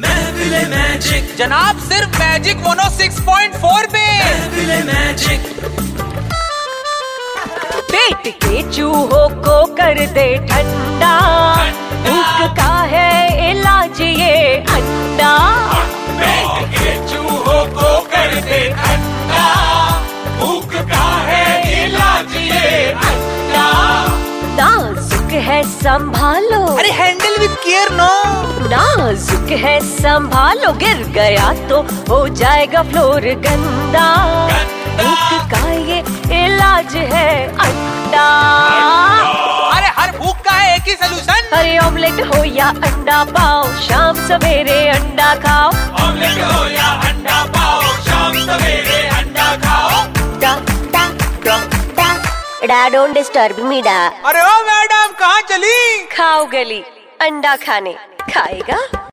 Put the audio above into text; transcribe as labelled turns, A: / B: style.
A: महफिले magic
B: जनाब सिर्फ magic mono 6.4 पे
A: महफिले मैजिक
C: पेट के चूहों को कर दे ठंडा भूख का है इलाज ये अंडा
B: चूहों को कर दे ठंडा भूख का है इलाज ये अंडा
C: नाजुक है संभालो
B: अरे हैंडल विद केयर नो
C: नाजुक है संभालो गिर गया तो हो जाएगा फ्लोर गंदा भूख का ये इलाज है अंडा
B: अरे हर भूख का है एक ही सोल्यूशन
C: अरे ऑमलेट हो या अंडा पाओ शाम सवेरे अंडा खाओ
B: ऑमलेट हो या अंडा पाओ शाम सवेरे अंडा खाओ
C: डा डोंट डिस्टर्ब मी डा
B: अरे ओ मैडम कहाँ चली
C: खाओ गली अंडा खाने खाएगा